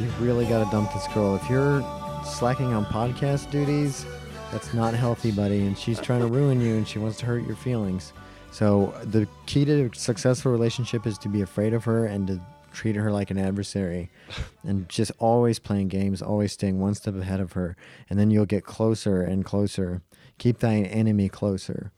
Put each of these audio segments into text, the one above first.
You really got to dump this girl. If you're slacking on podcast duties, that's not healthy, buddy. And she's trying to ruin you and she wants to hurt your feelings. So, the key to a successful relationship is to be afraid of her and to treat her like an adversary and just always playing games, always staying one step ahead of her. And then you'll get closer and closer. Keep thine enemy closer.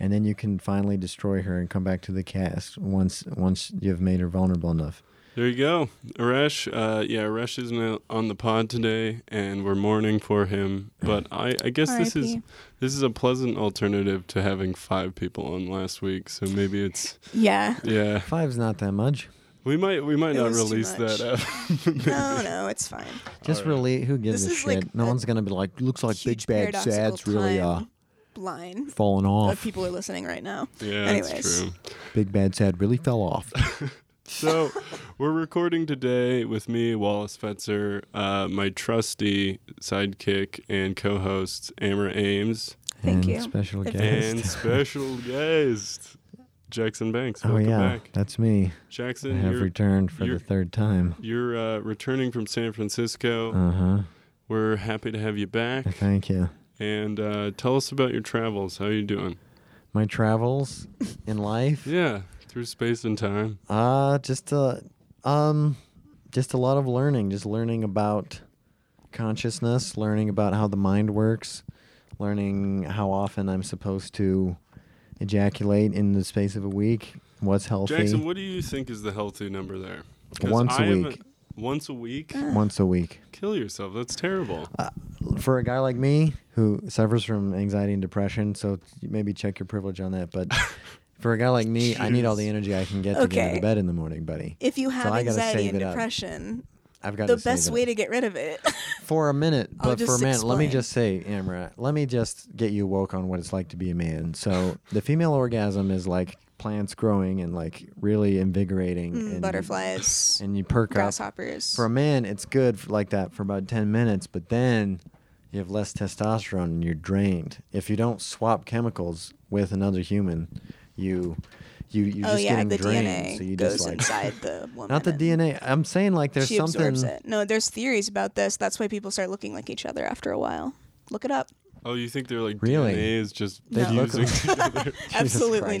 And then you can finally destroy her and come back to the cast once once you've made her vulnerable enough. There you go. Arash, uh, yeah, Arash isn't on the pod today, and we're mourning for him. But I, I guess this is RIP. this is a pleasant alternative to having five people on last week. So maybe it's Yeah. yeah. Five's not that much. We might we might It not was too release much. that. Up. No, no, it's fine. Just All right. really, who gives This a is shit? like no a one's gonna be like, looks like Huge Big Bad paradoxical Sad's really uh time line falling of off. people are listening right now. yeah, that's Anyways. true. Big Bad Sad really fell off. So we're recording today with me, Wallace Fetzer, uh, my trusty sidekick and co-host Amber Ames, Thank and you. Special If- guest. and special guest Jackson Banks. oh Welcome yeah, back, that's me. I Jackson. have you're returned for the you're- third time. You're uh, returning from San Francisco. Uh huh. We're happy to have you back. Thank you. And uh, tell us about your travels. How you doing? My travels in life. Yeah, through space and time. Uh just a um just a lot of learning, just learning about consciousness, learning about how the mind works, learning how often I'm supposed to ejaculate in the space of a week, what's healthy Jackson, what do you think is the healthy number there? 'Cause Once a I haven't- week. Eh. Once a week? once a week. Kill yourself. That's terrible. Uh, For a guy like me who suffers from anxiety and depression, so maybe check your privilege on that, but for a guy like me, I need all the Jeez. energy I can get to get out Okay. of bed in the morning, buddy. If you have I gotta anxiety save and it up. depression, I've got the to save best it. way to get rid of it. for a minute, I'll but for a just minute, let me explain. just say, Amra, let me just get you woke on what it's like to be a man. So the female orgasm is like plants growing and like really invigorating. and, Mm, Butterflies, And you perk up. grasshoppers. For a man, it's good for like that for about 10 minutes, but then you have less testosterone and you're drained. If you don't swap chemicals with another human, you you you oh just yeah, get the drained. DNA so you goes just like inside the woman. not the and DNA. I'm saying like there's she something absorbs it. No, there's theories about this. That's why people start looking like each other after a while. Look it up. Oh, you think they're like Really? DNA is just They look fusing together? Absolutely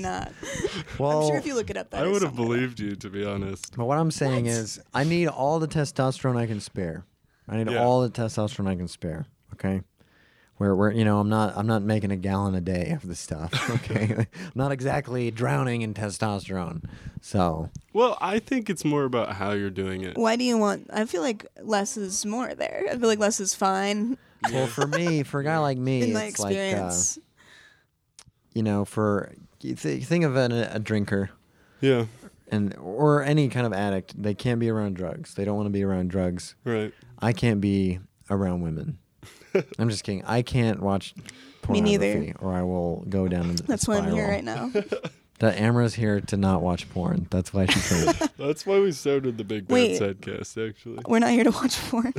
Christ. not. well I'm sure if you look it up, that I is would have somewhere. believed you, to be honest. But what I'm saying What? is, I need all the testosterone I can spare. I need Yeah. all the testosterone I can spare. Okay. Where, where you know I'm not I'm not making a gallon a day of this stuff. Okay, I'm not exactly drowning in testosterone. So Well, I think it's more about how you're doing it. Why do you want? I feel like less is more there. I feel like less is fine well, for me, for a guy like me, in it's my like uh, experience. you know, for you th- think of an, a drinker Yeah, and or any kind of addict, they can't be around drugs. They don't want to be around drugs. right. I can't be around women. I'm just kidding. I can't watch Me pornography neither. or I will go down into That's why I'm here right now. That Amra's here to not watch porn. That's why she came. That's why we started the Big Bad Wait. Sidecast, actually. We're not here to watch porn.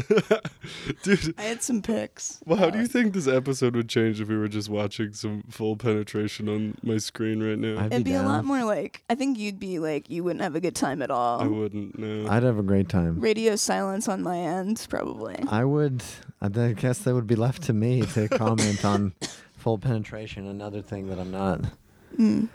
Dude, I had some pics. Well, how do you think this episode would change if we were just watching some full penetration on my screen right now? I'd It'd be a lot down. more like I think you'd be like you wouldn't have a good time at all. I wouldn't. No. I'd have a great time. Radio silence on my end, probably. I would. I th- guess that would be left to me to comment on full penetration. Another thing that I'm not Mm.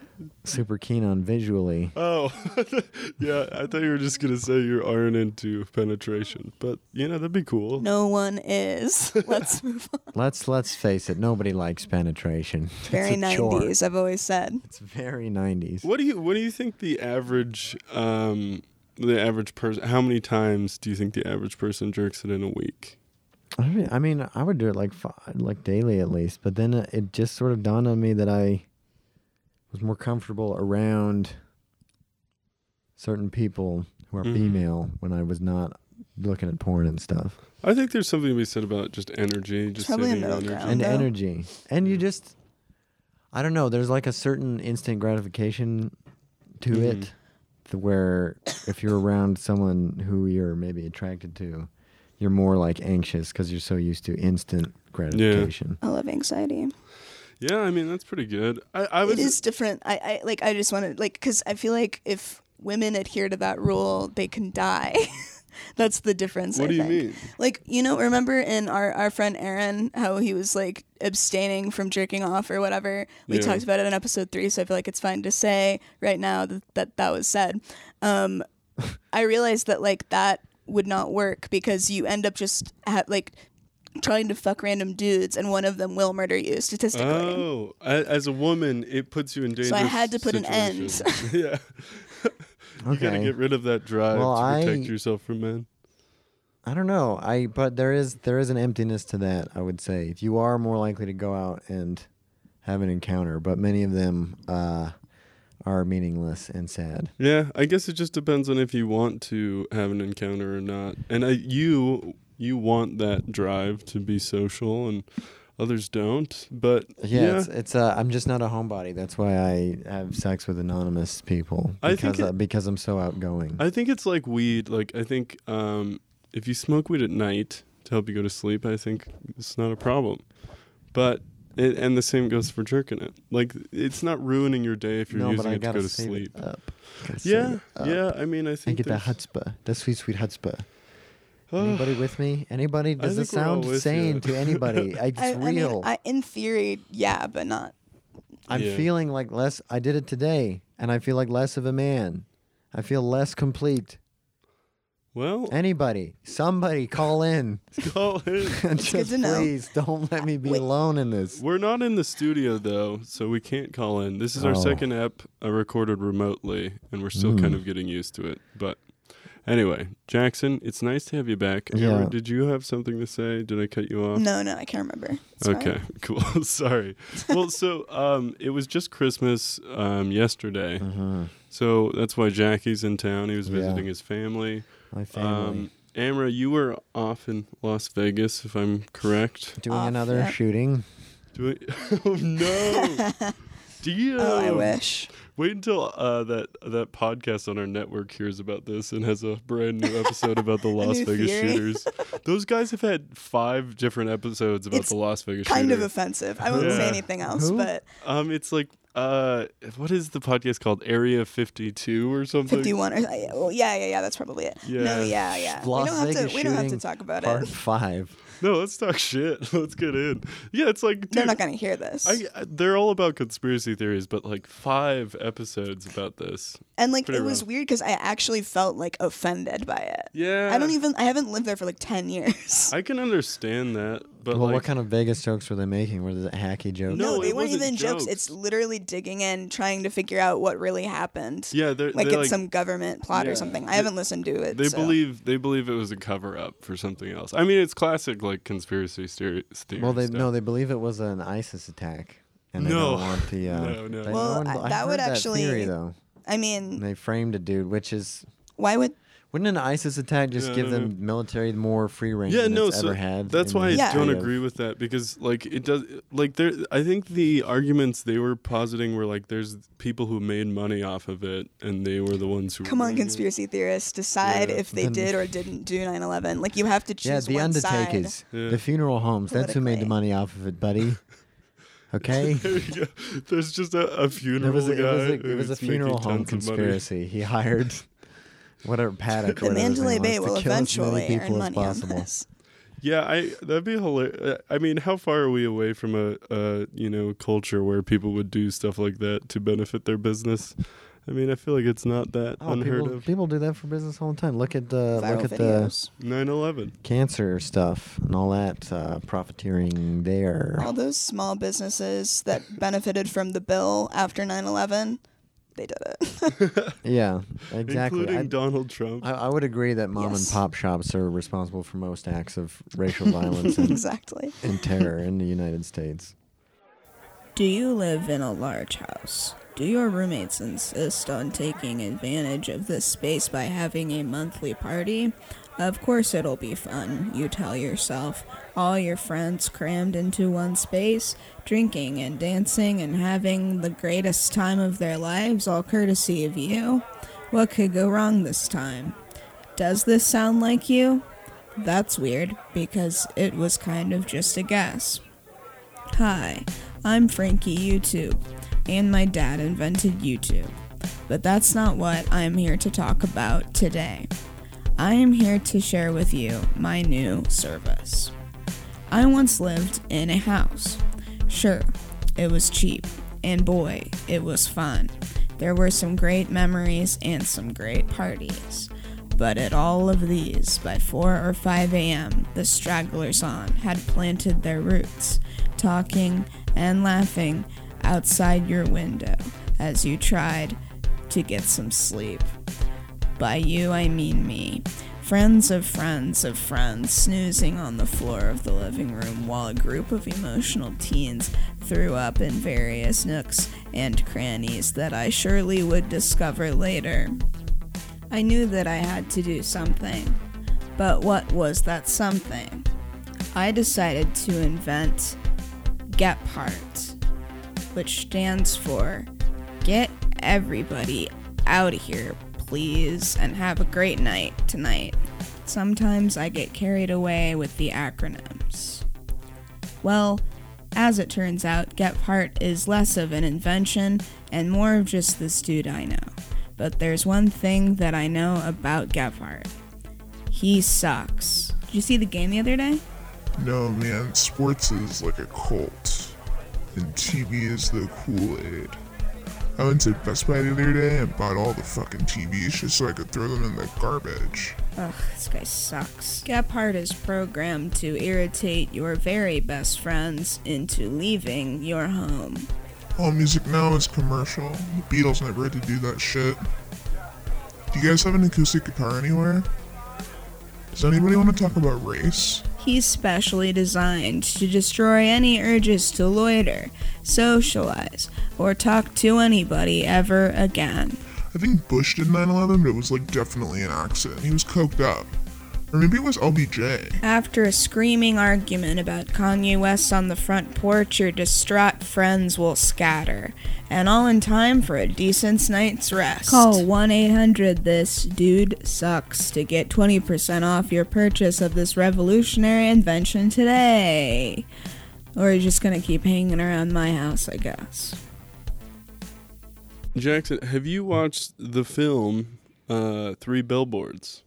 super keen on visually. oh, yeah. I thought you were just gonna say you aren't into penetration, but you know that'd be cool. No one is. Let's move on. Let's let's face it. Nobody likes penetration. Very it's a chore. nineties, I've always said. It's very 90s. What do you What do you think the average um the average person? How many times do you think the average person jerks it in a week? I mean, I mean, I would do it like five, like daily at least. But then uh, it- it just sort of dawned on me that I was more comfortable around certain people who are Mhm. female when I was not looking at porn and stuff I think there's something to be said about just energy, just Probably a saving your middle energy. ground. and no. energy. And you just, I don't know. There's like a certain instant gratification to Mm-hmm. it, to where if you're around someone who you're maybe attracted to, you're more like anxious because you're so used to instant gratification. I love anxiety. Yeah, I mean that's pretty good. I, I was It is different. I, I like I just want to like because I feel like if women adhere to that rule, they can die. That's the difference. What I do you think. mean? Like you know, remember in our our friend Aaron how he was like abstaining from jerking off or whatever. We Yeah. talked about it in episode three, so I feel like it's fine to say right now that that, that was said. Um, I realized that like that would not work because you end up just ha- like trying to fuck random dudes, and one of them will murder you statistically. Oh, a- as a woman, it puts you in danger. I had to put an end. yeah, you gotta Okay. get rid of that drive Well, to protect I- yourself from men. I don't know. I but there is there is an emptiness to that. I would say if you are more likely to go out and have an encounter, but many of them uh, are meaningless and sad. Yeah, I guess it just depends on if you want to have an encounter or not. And I, you, you want that drive to be social, and others don't. But Yeah, yeah, it's, it's uh, I'm just not a homebody. That's why I have sex with anonymous people I because think it- uh, because I'm so outgoing. I think it's like weed. Like I think um, if you smoke weed at night to help you go to sleep, I think it's not a problem. But it, and the same goes for jerking it. Like it's not ruining your day if you're no, but using I it to gotta go to save sleep. it up. Gotta save Yeah, it up. yeah. I mean, I I think get that there's- chutzpah, that sweet, sweet chutzpah. Ugh. Anybody with me? Anybody? Does this think we're all sound with sane you. to anybody? I- It's I, I mean, real. I, in theory, yeah, but not. I'm Yeah. feeling like less. I did it today, and I feel like less of a man. I feel less complete. Well, Anybody, somebody, call in. call in. Just to know. please don't let me be Wait. alone in this. We're not in the studio though, so we can't call in. This is our Oh. second ep uh, recorded remotely, and we're still Mm. kind of getting used to it. But anyway, Jackson, it's nice to have you back. Amber, Yeah. did you have something to say? Did I cut you off? No, no, I can't remember. It's fine. Oh. Okay, cool. Sorry. Well, so um, it was just Christmas um, yesterday, Uh-huh. so that's why Jackie's in town. He was Yeah. visiting his family. My family Um, Amra, you were off in Las Vegas, if I'm correct. doing off, another yeah. shooting. Do I- oh no! Damn. Oh, I wish. Wait until uh, that that podcast on our network hears about this and has a brand new episode about the Las new Vegas theory. shooters. Those guys have had five different episodes about It's the Las Vegas Kind of shooter. offensive. I won't Yeah. say anything else, Who? but um, it's like uh, what is the podcast called? Area Fifty Two or something. 51 or I- oh, yeah, yeah, yeah, that's probably it. Yeah. No, yeah, yeah. Las we don't have Vegas to we don't have to shooting talk about Part it. five. No, let's talk shit. Let's get in. Yeah, it's like They're dude, not going to hear this. I, I- they're all about conspiracy theories, but like five episodes about this. and like pretty it was rough. weird cuz I actually felt like offended by it. Yeah, I don't even I haven't lived there for like 10 years. I can understand that, but well, like, what kind of Vegas jokes were they making? Were they hacky jokes? No, they it weren't wasn't even jokes. jokes. It's literally digging in trying to figure out what really happened. yeah, they're Like they're it's some government plot Yeah. or something. I They- haven't listened to it. They so. believe they believe it was a cover up for something else. I mean, it's classic like conspiracy theory. theory Well, they stuff. no, they believe it was an ISIS attack, and they No. don't want the. Uh, No, no. they Well, don't- I- I that would heard actually- theory, though. I mean, And they framed a dude, which is why would Wouldn't an ISIS attack just Yeah, give no, them military more free range yeah, than no, it's so ever had? that's in why I the Yeah. don't history of- agree with that because like it does like there. I think the arguments they were positing were like there's people who made money off of it and they were the ones who Come on, really- conspiracy theorists, decide Yeah. if they Then- did or didn't do 9 11. Like, you have to choose Yeah, the one undertakers, side. Yeah. the funeral homes. That's who made the Politically. money off of it, buddy. Okay. There you go. There's just a, a funeral There was a, it guy. was a, it who's was a making funeral home tons of money. conspiracy. He hired whatever Paddock. The or whatever his Mandalay name Bay was, will to kill as many eventually people earn as money possible. on this. Yeah, I that'd be hilarious. I mean, how far are we away from a, a you know culture where people would do stuff like that to benefit their business? I mean, I feel like it's not that Oh, unheard people, of. people do that for business all the time. Look at the Viral look at the videos. 9/11. cancer stuff and all that uh, profiteering there. All those small businesses that benefited from the bill after 9 11, they did it. Yeah, exactly. Including I- Donald Trump. I, I would agree that mom Yes. and pop shops are responsible for most acts of racial violence and, exactly. and terror in the United States. Do you live in a large house? Do your roommates insist on taking advantage of this space by having a monthly party? Of course, it'll be fun, you tell yourself. All your friends crammed into one space, drinking and dancing and having the greatest time of their lives, all courtesy of you. What could go wrong this time? Does this sound like you? That's weird, because it was kind of just a guess. Hi, I'm Frankie YouTube, and my dad invented YouTube. But that's not what I'm here to talk about today. I am here to share with you my new service. I once lived in a house. Sure, it was cheap, and boy, it was fun. There were some great memories and some great parties. But at all of these, by 4 or 5 a.m., the stragglers on had planted their roots, talking and laughing outside your window as you tried to get some sleep. By you, I mean me. Friends of friends of friends snoozing on the floor of the living room while a group of emotional teens threw up in various nooks and crannies that I surely would discover later. I knew that I had to do something, but what was that something? I decided to invent Gephardt, which stands for Get Everybody Out of Here, Please, and Have a Great Night Tonight. Sometimes I get carried away with the acronyms. Well, as it turns out, Gephardt is less of an invention and more of just this dude I know. But there's one thing that I know about Gephardt. He sucks. Did you see the game the other day? No, man, sports is like a cult, and TV is the Kool Aid. I went to Best Buy the other day and bought all the fucking TVs just so I could throw them in the garbage. Ugh, this guy sucks. Gephardt is programmed to irritate your very best friends into leaving your home. All music now is commercial. The Beatles never had to do that shit. Do you guys have an acoustic guitar anywhere? Does anybody want to talk about race? He's specially designed to destroy any urges to loiter, socialize, or talk to anybody ever again. I think Bush did 9 11, but it was like definitely an accident. He was coked up. Or maybe it was LBJ. After a screaming argument about Kanye West on the front porch, your distraught friends will scatter, and all in time for a decent night's rest. Call 1 800 This Dude Sucks to get 20% off your purchase of this revolutionary invention today. Or you're just gonna keep hanging around my house, I guess. Jackson, have you watched the film uh, Three Billboards?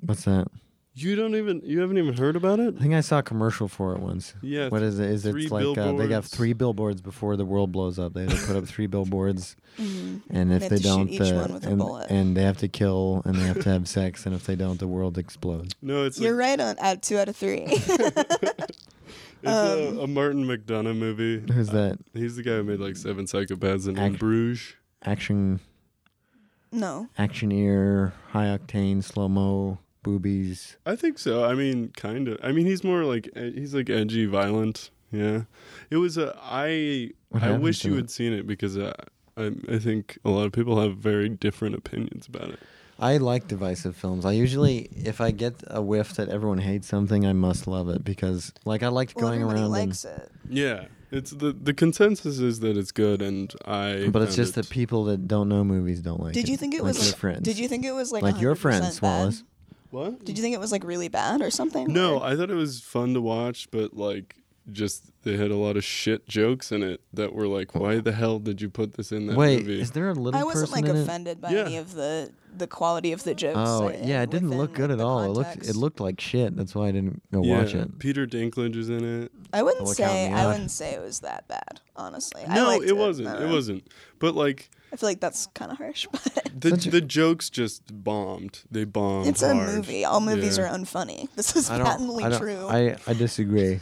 What's that? You don't even you haven't even heard about it. I think I saw a commercial for it once. Yeah, What is it? Is three it like uh, they got billboards. three billboards before the world blows up? They have to put up three billboards, Mm-hmm. and if They have they, to shoot don't, each uh, one with a and, bullet. and they have to kill, and they have to have sex, and if they don't, the world explodes. No, it's You're like, right on at two out of three. it's a, a Martin McDonough movie. um Uh, Who's Uh, that He's the guy who made like Seven Psychopaths and In Act- Bruges. action? no. Action ear, high octane, slow mo, boobies. I think so. I mean, kind of. I mean, he's more like eh, he's like edgy, violent. Yeah, it was a. I What I happened wish to you it? had seen it because uh, I I think a lot of people have very different opinions about it. I like divisive films. I usually, if I get a whiff that everyone hates something, I must love it because, like, I liked Well, going everybody around. and- likes it. Yeah, it's the the consensus is that it's good, and I. but it's found just it- that people that don't know movies don't like it. Did you think it Like was your friends? Did you think it was like like your friends, 100% bad? Wallace? what? Did you think it was like really bad or something? No, Or- I thought it was fun to watch, but like just they had a lot of shit jokes in it that were like, why the hell did you put this in that Wait, movie? is there a little I wasn't person like in it? offended by Yeah. any of the the quality of the jokes. Oh uh, yeah, it didn't within, look good like, at the all. It looked context. it looked like shit. That's why I didn't go yeah, watch it. Peter Dinklage is in it. I wouldn't look out in say the I eye. wouldn't say it was that bad, honestly. I No, liked Uh-huh. it, wasn't. I It don't know. wasn't. But like I feel like that's kind of harsh, but the Such a- the jokes just bombed. They bombed. it's hard. a movie. All movies Yeah. are unfunny. This is I don't. patently I don't- true. I, I disagree.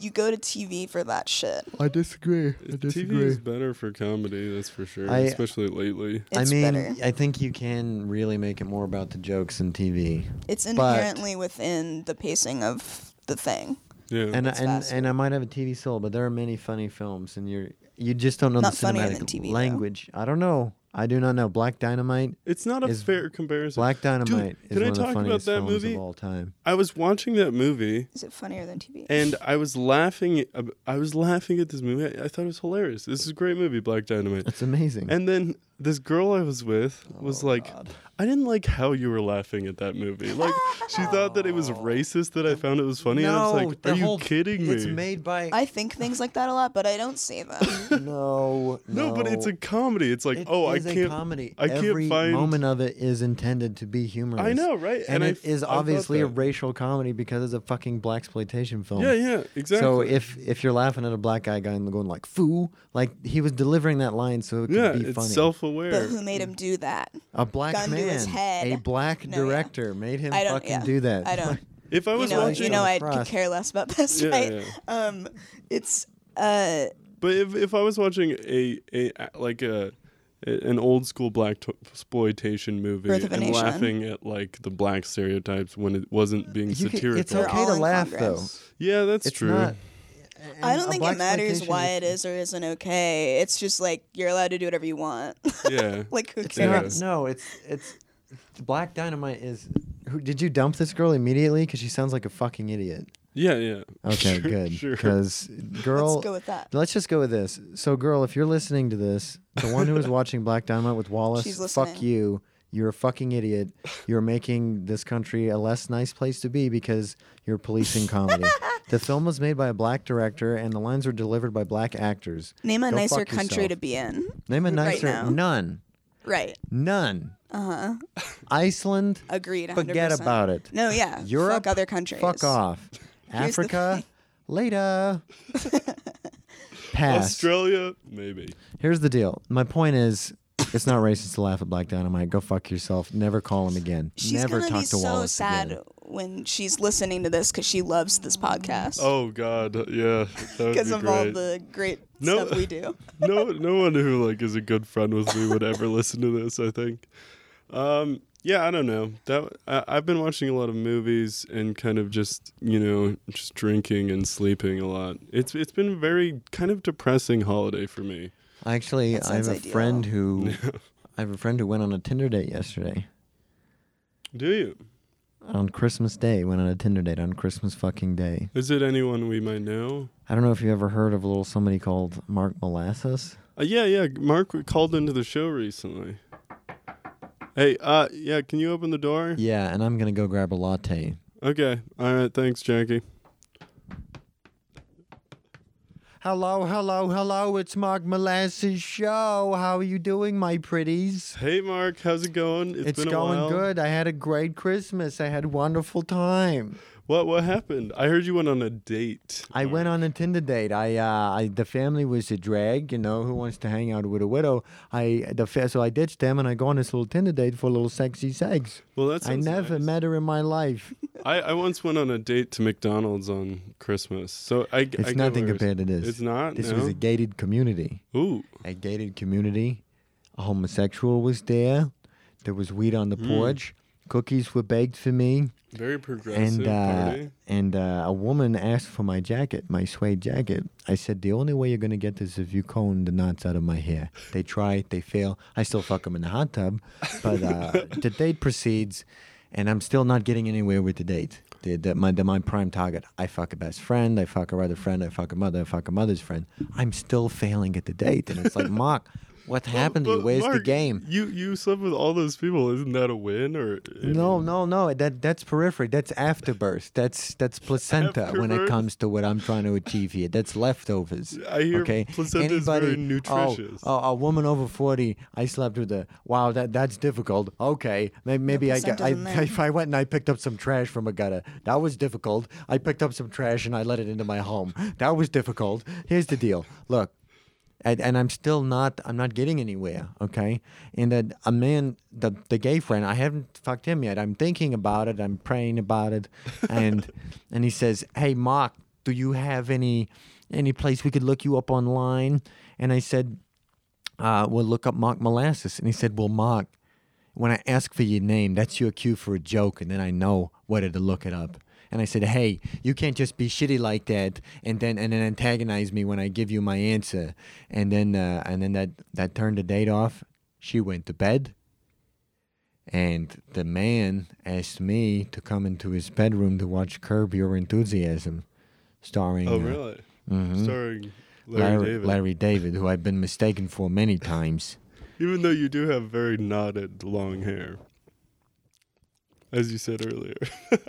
you go to TV for that shit. I disagree. TV is better for comedy, that's for sure. I- especially lately. I It's mean, better. I think you can really make it more about the jokes in TV. It's inherently within the pacing of the thing. Yeah. And uh, I, and, faster. and I might have a TV soul, but there are many funny films, and you're you just don't know Not the funnier cinematic than TV, though. language. I don't know. I do not know. Black Dynamite. it's not a is fair comparison. Black Dynamite is can I one of the talk about funniest that films movie? of all time. I was watching that movie Is it funnier than TV? and I was laughing I was laughing at this movie. I, I thought it was hilarious. This is a great movie, Black Dynamite. It's amazing. And then this girl I was with Oh, was like, I didn't like how you were laughing at that movie. Like, she thought that it was racist that I found it was funny. and I was like, the Are you whole- kidding me? It's made by. I think things like that a lot, but I don't say them. no, no, but it's a comedy. It's like, It oh, I is a can't. comedy. I can't Every find- moment of it is intended to be humorous. I know, right? And, I it f- is I thought obviously a that. racial comedy because it's a fucking black exploitation film. Yeah, yeah, exactly. So if if you're laughing at a black guy going going like "foo," like he was delivering that line so it could yeah, be it's funny. but self-aware. who made him do that? a black gun to man, his head. a black No, yeah. director made him I don't fucking yeah. do that. I don't. If I you was know, watching, you know, I Frost. could care less about this, Yeah, right? yeah. Um, it's uh, But if, if I was watching a, a like a an old school black to- exploitation movie Birth of a and Nation. laughing at like the black stereotypes when it wasn't being You can, satirical, it's We're okay all to in laugh Congress. though. yeah, that's It's true. not. I and don't a think it matters blaxploitation why it is or isn't okay. It's just like you're allowed to do whatever you want. Yeah, like who It's not- cares? Yeah. no, it's it's Black Dynamite is. Who, did you dump this girl immediately? Because she sounds like a fucking idiot. yeah, yeah. Okay, Sure, good. Sure. Because girl, Let's go with that. let's just go with this. So, girl, if you're listening to this, the one who was watching Black Dynamite with She's Wallace, listening. fuck you. You're a fucking idiot. You're making this country a less nice place to be because you're policing comedy. the film was made by a black director, and the lines were delivered by black actors. Name a Go nicer fuck country yourself. to be in. Name a right nicer now. none. Right. Uh-huh. None. Uh huh. Iceland. Agreed. 100%. Forget about it. No, yeah. Europe. fuck other countries. Fuck off. Here's the Africa. Later. Pass. Australia, maybe. Here's the deal. My point is, it's not racist to laugh at Black Dynamite. Go fuck yourself. Never call him again. She's Never gonna talk be to so Wallace sad again. when she's listening to this because she loves this podcast. Oh God, yeah. because Because of all the great No. stuff we do. no, no one who like is a good friend with me would ever listen to this. I think. Um, yeah, I don't know. That I, I've been watching a lot of movies and kind of just you know just drinking and sleeping a lot. It's it's been a very kind of depressing holiday for me. Actually, That I have a sounds ideal. friend who, I have a friend who went on a Tinder date yesterday. Do you? On Christmas Day, went on a Tinder date on Christmas fucking day. Is it anyone we might know? I don't know if you ever heard of a little somebody called Mark Molasses. Uh, yeah, yeah. Mark called into the show recently. Hey, uh, yeah. Can you open the door? Yeah, and I'm gonna go grab a latte. Okay. All right. Thanks, Jackie. Hello, hello, hello! It's Mark Molasses' show. How are you doing, my pretties? Hey, Mark. How's it going? It's, been a going while. good. I had a great Christmas. I had a wonderful time. What what happened? I heard you went on a date. I went on a Tinder date. I, uh, I the family was a drag, you know. Who wants to hang out with a widow? I the fa- so I ditched them and I go on this little Tinder date for a little sexy sex. Well, that's I never met her in my life. I, I once went on a date to McDonald's on Christmas. So I. It's nothing compared to this. It's not. This no? was a gated community. Ooh. A gated community. A homosexual was there. There was weed on the Hmm. porch. Cookies were baked for me. Very progressive and uh, party. and uh, a woman asked for my jacket, my suede jacket. I said, "The only way you're gonna get this is if you comb the knots out of my hair." They try, they fail. I still fuck them in the hot tub, but uh, the date proceeds, and I'm still not getting anywhere with the date. The, the, my, the, my prime target. I fuck a best friend. I fuck a other friend. I fuck a mother. I fuck a mother's friend. I'm still failing at the date, and it's like, Mark, what happened to you? But Where's the Mark, game? You you slept with all those people. Isn't that a win or? No, no, no. That that's periphery. That's afterbirth. That's that's placenta when it Afterbirth? comes to what I'm trying to achieve here. That's leftovers. I hear okay. placenta is very nutritious. Oh, oh, a woman over forty. I slept with a. Wow, that that's difficult. Okay, maybe, maybe I got. I, placenta's in there. if I went and I picked up some trash from a gutter, that was difficult. I picked up some trash and I let it into my home. That was difficult. Here's the deal. Look, and, and I'm still not I'm not getting anywhere, okay? And that a man the the gay friend, I haven't fucked him yet. I'm thinking about it, I'm praying about it. And and he says, "Hey Mark, do you have any any place we could look you up online?" And I said, uh, well, look up Mark Molasses. And he said, well, Mark, when I ask for your name, that's your cue for a joke, and then I know whether to look it up. And I said, hey, you can't just be shitty like that, and then and then antagonize me when I give you my answer. And then uh, and then that that turned the date off. She went to bed. And the man asked me to come into his bedroom to watch Curb Your Enthusiasm, starring Oh uh, really? mhm, Starring Larry, Larry, David. Larry David, who I've been mistaken for many times. Even though you do have very knotted long hair, as you said earlier.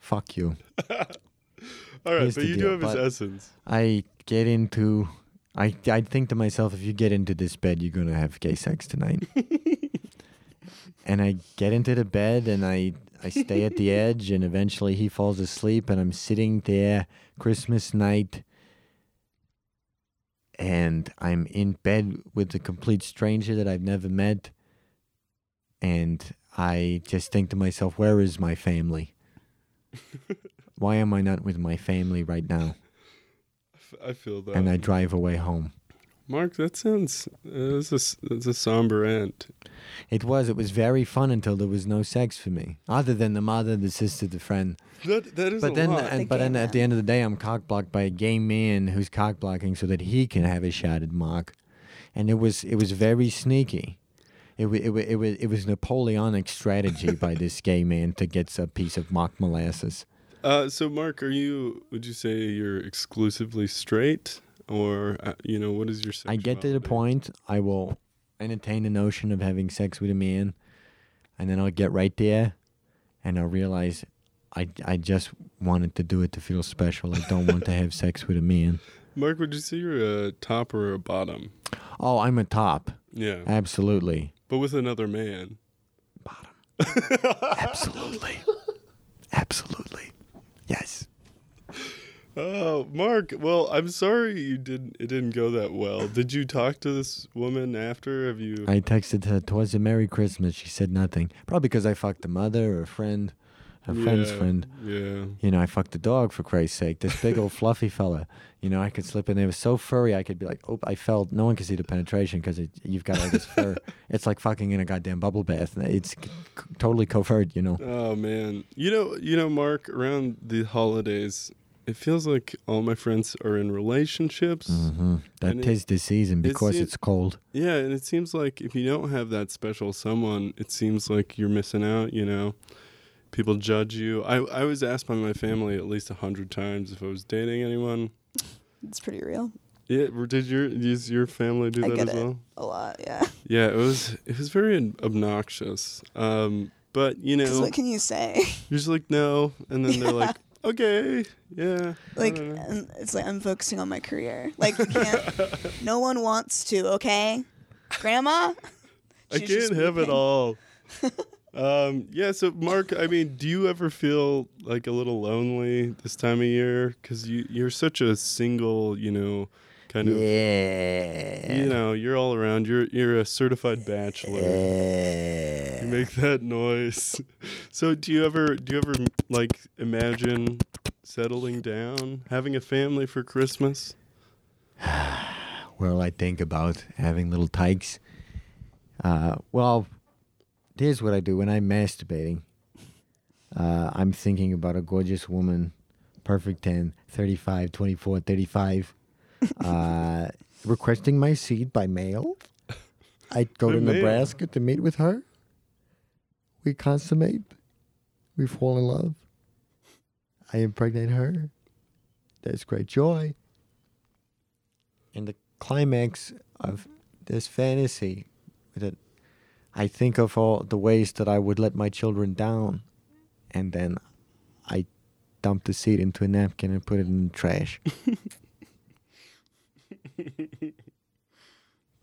Fuck you. All right, Here's but the you do deal, have his but- essence. I get into. I I think to myself, if you get into this bed, you're gonna have gay sex tonight. and I get into the bed, and I I stay at the edge, and eventually he falls asleep, and I'm sitting there Christmas night, and I'm in bed with a complete stranger that I've never met, and I just think to myself, where is my family? Why am I not with my family right now? F- I feel that. and I drive away home. Mark, that sounds. Uh, that's, a, s- that's a somber end. It was. It was very fun until there was no sex for me, other than the mother, the sister, the friend. That, that is But a then, lot. and, The but gay then at the end of the day, I'm cock blocked by a gay man who's cock blocking so that he can have his shot at Mark, and it was it was very sneaky. It was, it, wa- it, was, it was Napoleonic strategy by this gay man to get a piece of mock molasses. Uh, so, Mark, are you? Would you say you're exclusively straight, or uh, you know, what is your? I get to the sexuality? point I will entertain the notion of having sex with a man, and then I'll get right there, and I'll realize I I just wanted to do it to feel special. I don't want to have sex with a man. Mark, would you say you're a top or a bottom? Oh, I'm a top, Yeah, Uh, absolutely, but with another man. absolutely, absolutely, yes. Oh, Mark. Well, I'm sorry you didn't. It didn't go that well. Did you talk to this woman after? Have you? I texted her twas a Merry Christmas. She said nothing, probably because I fucked a mother or a friend, a friend's Yeah, friend. Yeah. You know, I fucked the dog for Christ's sake. This big old fluffy fella. You know, I could slip in. It was so furry. I could be like, oh, I felt. No one could see the penetration because you've got all this fur. it's like fucking in a goddamn bubble bath. It's c- c- totally covert. You know. Oh man. You know, you know, Mark. Around the holidays, it feels like all my friends are in relationships. Mm-hmm. That And it- tis the season it's because the- it's cold. Yeah, and it seems like if you don't have that special someone, it seems like you're missing out, you know. People judge you. I, I was asked by my family at least a hundred times if I was dating anyone. It's pretty real. Yeah, or did your does your family do I that get as it. well? A lot, yeah. Yeah, it was it was very ob- obnoxious. Um, but you Because know, what can you say? you're just like no, and then they're like, okay, yeah, I like don't know." um, it's like I'm focusing on my career. Like you can't. no one wants to. Okay, Grandma. I She's just can't have it weeping. all. um, yeah, so Mark, I mean, do you ever feel like a little lonely this time of year? Because you you're such a single, you know, kind of. Yeah. You know, you're all around. You're you're a certified bachelor. Yeah. You make that noise. So do you ever do you ever like imagine settling down, having a family for Christmas? Well, I think about having little tykes. Uh, well, here's what I do when I'm masturbating. Uh, I'm thinking about a gorgeous woman, perfect 10, 35, 24, 35, uh, requesting my seed by mail. I go By to mail? Nebraska to meet with her. We consummate. We fall in love. I impregnate her. There's great joy. And the climax of this fantasy that I think of all the ways that I would let my children down. And then I dump the seed into a napkin and put it in the trash.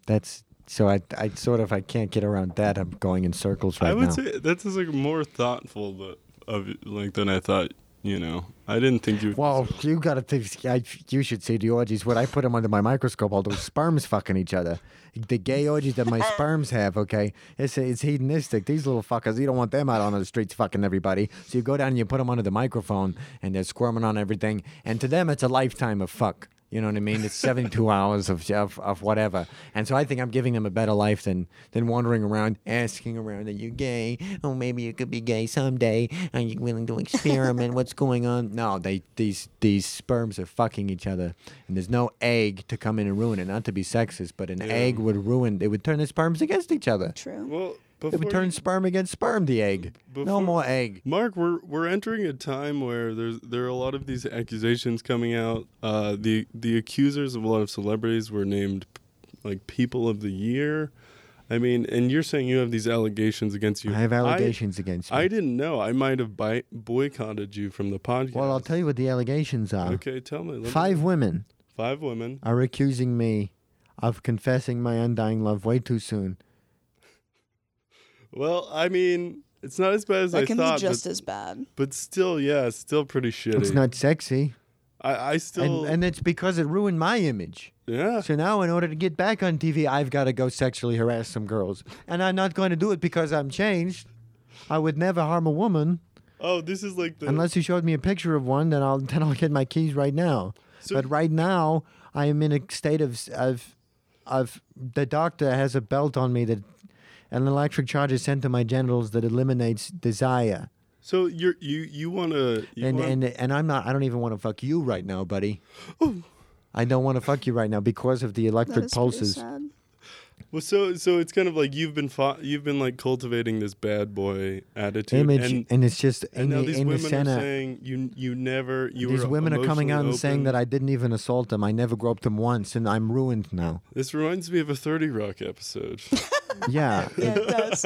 That's so I, I sort of I can't get around that. I'm going in circles right I would now. say that's like more thoughtful, but of like than I thought. You know, I didn't think you. would Well, you gotta think. I, you should see the orgies. When I put them under my microscope, all those sperms fucking each other. The gay orgies that my sperms have. Okay, it's it's hedonistic. These little fuckers. You don't want them out on the streets fucking everybody. So you go down and you put them under the microphone, and they're squirming on everything. And to them, it's a lifetime of fuck. You know what I mean? It's 72 hours of, of of whatever. And so I think I'm giving them a better life than than wandering around asking around, are you gay? Oh, maybe you could be gay someday. Are you willing to experiment? What's going on? No, they these these sperms are fucking each other, and there's no egg to come in and ruin it. Not to be sexist, but an egg would ruin. It would turn the sperms against each other. True. Well, It before would turn you- sperm against sperm. The egg. no Before- more egg. Mark, we're we're entering a time where there's there are a lot of these accusations coming out. Uh, the the accusers of a lot of celebrities were named like people of the year. I mean, and you're saying you have these allegations against you. I have allegations against you. I, didn't know. I might have bi- boycotted you from the podcast. well, I'll tell you what the allegations are. Okay, tell me. Let me- Five women Five women. are accusing me of confessing my undying love way too soon. Well, I mean, it's not as bad as I That can thought, be just but, as bad. but still, yeah, it's still pretty shitty. It's not sexy. I, I still, And, and it's because it ruined my image. yeah. So now, in order to get back on TV, I've got to go sexually harass some girls. And I'm not going to do it because I'm changed. I would never harm a woman Oh, this is like the. unless you showed me a picture of one. Then I'll then I'll get my keys right now. So- but right now, I am in a state of s- of of the doctor has a belt on me that an electric charge is sent to my genitals that eliminates desire. so you're you you wanna you and want, and and I'm not. I don't even want to fuck you right now, buddy. I don't want to fuck you right now because of the That electric is pretty pulses. sad. well, so so it's kind of like you've been fought, you've been like cultivating this bad boy attitude image, and, and. it's just and in now the, these in the women are Senate. saying you you never you These were women are coming emotionally out and saying open. that I didn't even assault them. I never groped them once, and I'm ruined now. This reminds me of a Thirty Rock episode. Yeah, Yeah, it does.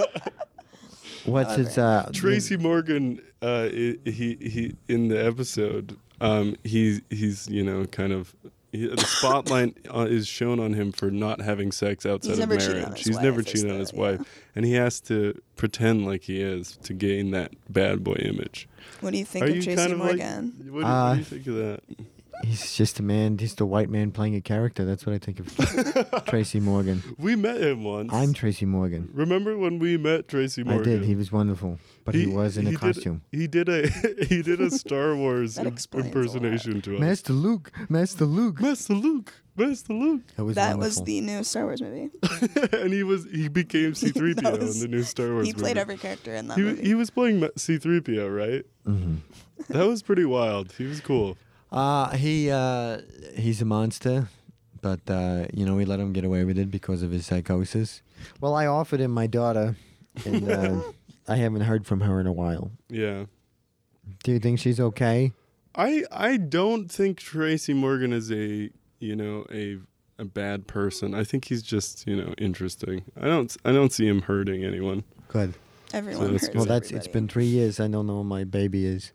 what's its uh, Tracy Morgan, uh, i- he he in the episode, um, he he's you know kind of he, the spotlight uh, is shown on him for not having sex outside He's of never cheated on marriage. his He's wife, never is cheated on the- his yeah. wife, and he has to pretend like he is to gain that bad boy image. What do you think Are of you Tracy kind of Morgan? like? What do, Uh, what do you think of that? He's just a man. He's the white man playing a character. That's what I think of Tracy Morgan. We met him once. I'm Tracy Morgan. Remember when we met Tracy Morgan? I did. He was wonderful, but he, was in a did- costume. he did a he did a Star Wars That im- explains a lot. impersonation to us. Master Luke, Master Luke. Master Luke, Master Luke, That was that was wonderful. the new Star Wars movie. and he was he became C three PO That in was- the new Star Wars. he played movie. every character in that He, movie. he was playing C three PO, right? Mm-hmm. that was pretty wild. He was cool. Uh, he uh, he's a monster, but uh, you know we let him get away with it because of his psychosis. Well, I offered him my daughter, and uh, I haven't heard from her in a while. Yeah. Do you think she's okay? I I don't think Tracy Morgan is a you know a a bad person. I think he's just you know interesting. I don't I don't see him hurting anyone. Good. Everyone that's hurts. good. Well, that's it's been three years. I don't know where my baby is.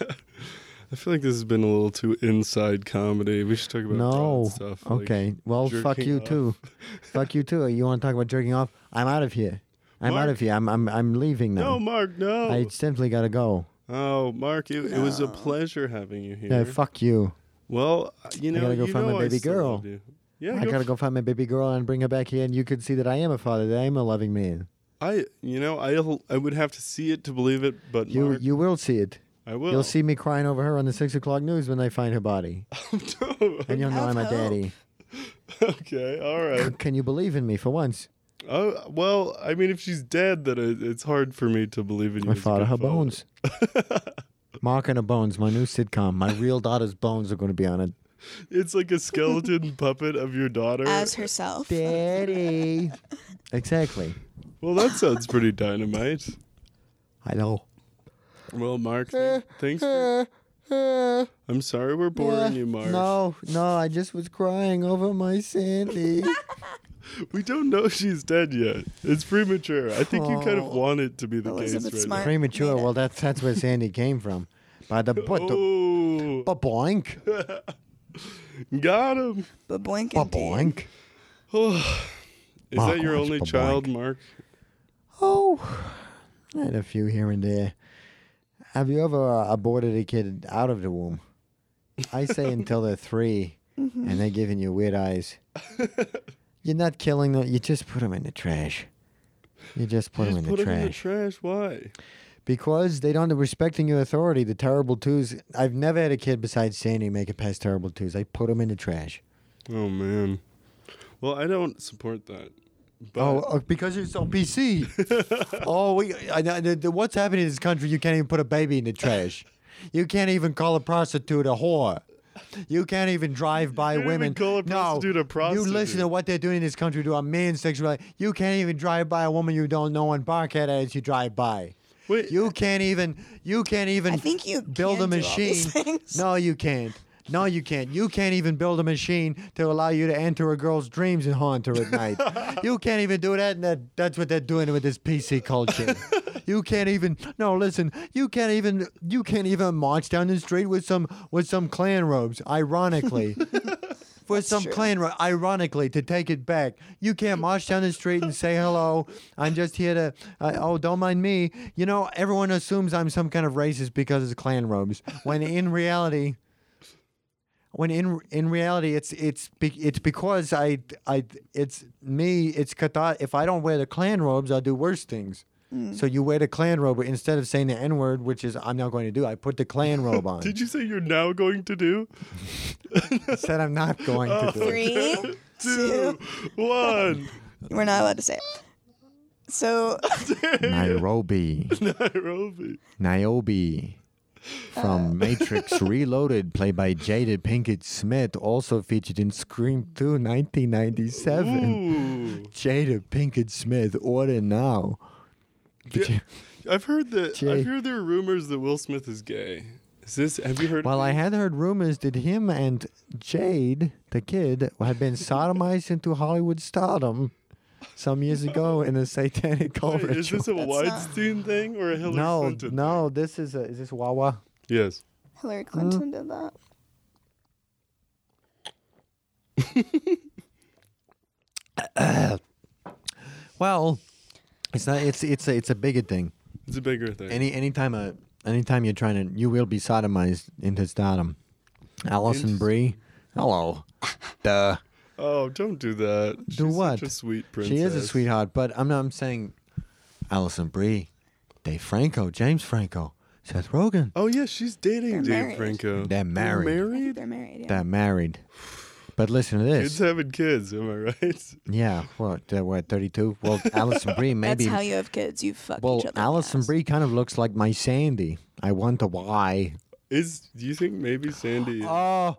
I feel like this has been a little too inside comedy. We should talk about broad no. stuff. like- okay. well, fuck jerking you off. too. fuck you too. You want to talk about jerking off? I'm out of here. I'm out Mark- of here. I'm I'm I'm leaving No, now. Mark, no. I simply gotta go. oh, Mark, it, it was a pleasure having you here. Yeah. Fuck you. Well, uh, you know, gotta go you find know my I baby still girl. love you. Yeah, I gotta go find my baby girl and bring her back here, and you could see that I am a father, that I am a loving man. I, you know, I, I would have to see it to believe it, but You Mark, you will see it. I will. You'll see me crying over her on the six o'clock news when they find her body, No. and you'll know Have I'm a hope. daddy. okay, all right. Can you believe in me for once? Oh, well, I mean, if she's dead, then it, it's hard for me to believe in you. I as a thought good of her father. bones. Mark and her bones, my new sitcom. My real daughter's bones are going to be on it. It's like a skeleton puppet of your daughter. As herself. Daddy. exactly. well, that sounds pretty dynamite. I know. Well, Mark, th- thanks. For, I'm sorry we're boring you, Mark. No, no, I just was crying over my Sandy. We don't know if she's dead yet. It's premature. I think you kind of Oh. want it to be the Elizabeth case right Smart. Premature. made it. Well, that's that's where Sandy came from. By the now. but the Oh, ba boink. got him. Oh, But boink Ba and boink. boink. Is that your Mark, only Mark. child, Mark? Oh, I had a few here and there. Have you ever uh, aborted a kid out of the womb? I say until they're 3 and they're giving you weird eyes. You're not killing them. You just put them in the trash. You just put Just them in put the him in the trash trash. Why? because they don't respecting your authority. The terrible twos. I've never had a kid besides Sandy make it past terrible twos. I put them in the trash. Oh man. Well, I don't support that. But Oh, oh, because you're so PC. oh, we, I, know the, the, what's happening in this country? You can't even put a baby in the trash. You can't even call a prostitute a whore. You can't even drive by can't even women. call a prostitute a no, prostitute. You listen to what they're doing in this country to a man's sexuality. You can't even drive by a woman you don't know and bark at her as you drive by. wait, You can't even. You can't even. I think you build a can do all machine. these things. no, you can't. No, you can't. You can't even build a machine to allow you to enter a girl's dreams and haunt her at night. you can't even do that, and that, that's what they're doing with this PC culture. you can't even. No, listen. You can't even. You can't even march down the street with some with some clan robes. Ironically. For some true. clan, ro- ironically, to take it back, you can't march down the street and say hello. I'm just here to. Uh, oh, don't mind me. You know, everyone assumes I'm some kind of racist because of clan robes. When in reality, when in in reality it's it's be, it's because I I it's me it's kata if I don't wear the clan robes I'll do worse things. So you wear the clan robe but instead of saying the n word which is I'm not going to do I put the clan robe on. Did you say you're now going to do? Said I'm not going Oh, to do. it. Three, two. Two, one. We're not allowed to say it. So Nairobi, Nairobi. Niobe. Uh. From Matrix Reloaded, played by Jada Pinkett Smith, also featured in Scream 2 1997. Ooh. Jada Pinkett Smith, order now. Yeah, I've heard that. Jay. I've heard there are rumors that Will Smith is gay. Is this? Have you heard? Well, I any- had heard rumors that him and Jade, the kid, had been sodomized into Hollywood stardom some years ago in a satanic cult Wait, Is ritual. this a not- Weinstein thing or a Hillary no, Clinton? no, this is a, is this Wawa? Yes. Hillary Hmm. Clinton did that. Well, it's not. It's it's a, it's a bigot thing. It's a bigger thing. Any anytime a anytime you're trying to, you will be sodomized into stardom. Allison Interesting. Brie, hello, duh. oh, don't do that. Do She's what? Such a sweet princess. She is a sweetheart, but I'm not. I'm saying, Allison Brie, Dave Franco, James Franco, Seth Rogen. Oh yeah, she's dating They're Dave married. Franco. They're married. They're I think married. they're married. Yeah. They're married. But listen to this. Kids having kids. Am I right? yeah, what? They're what? Thirty-two. Well, Allison Brie maybe. That's how you have kids. You fuck well, each other. Allison Bree. Brie kind of looks like my Sandy. I wonder why. Is do you think maybe Sandy? Oh,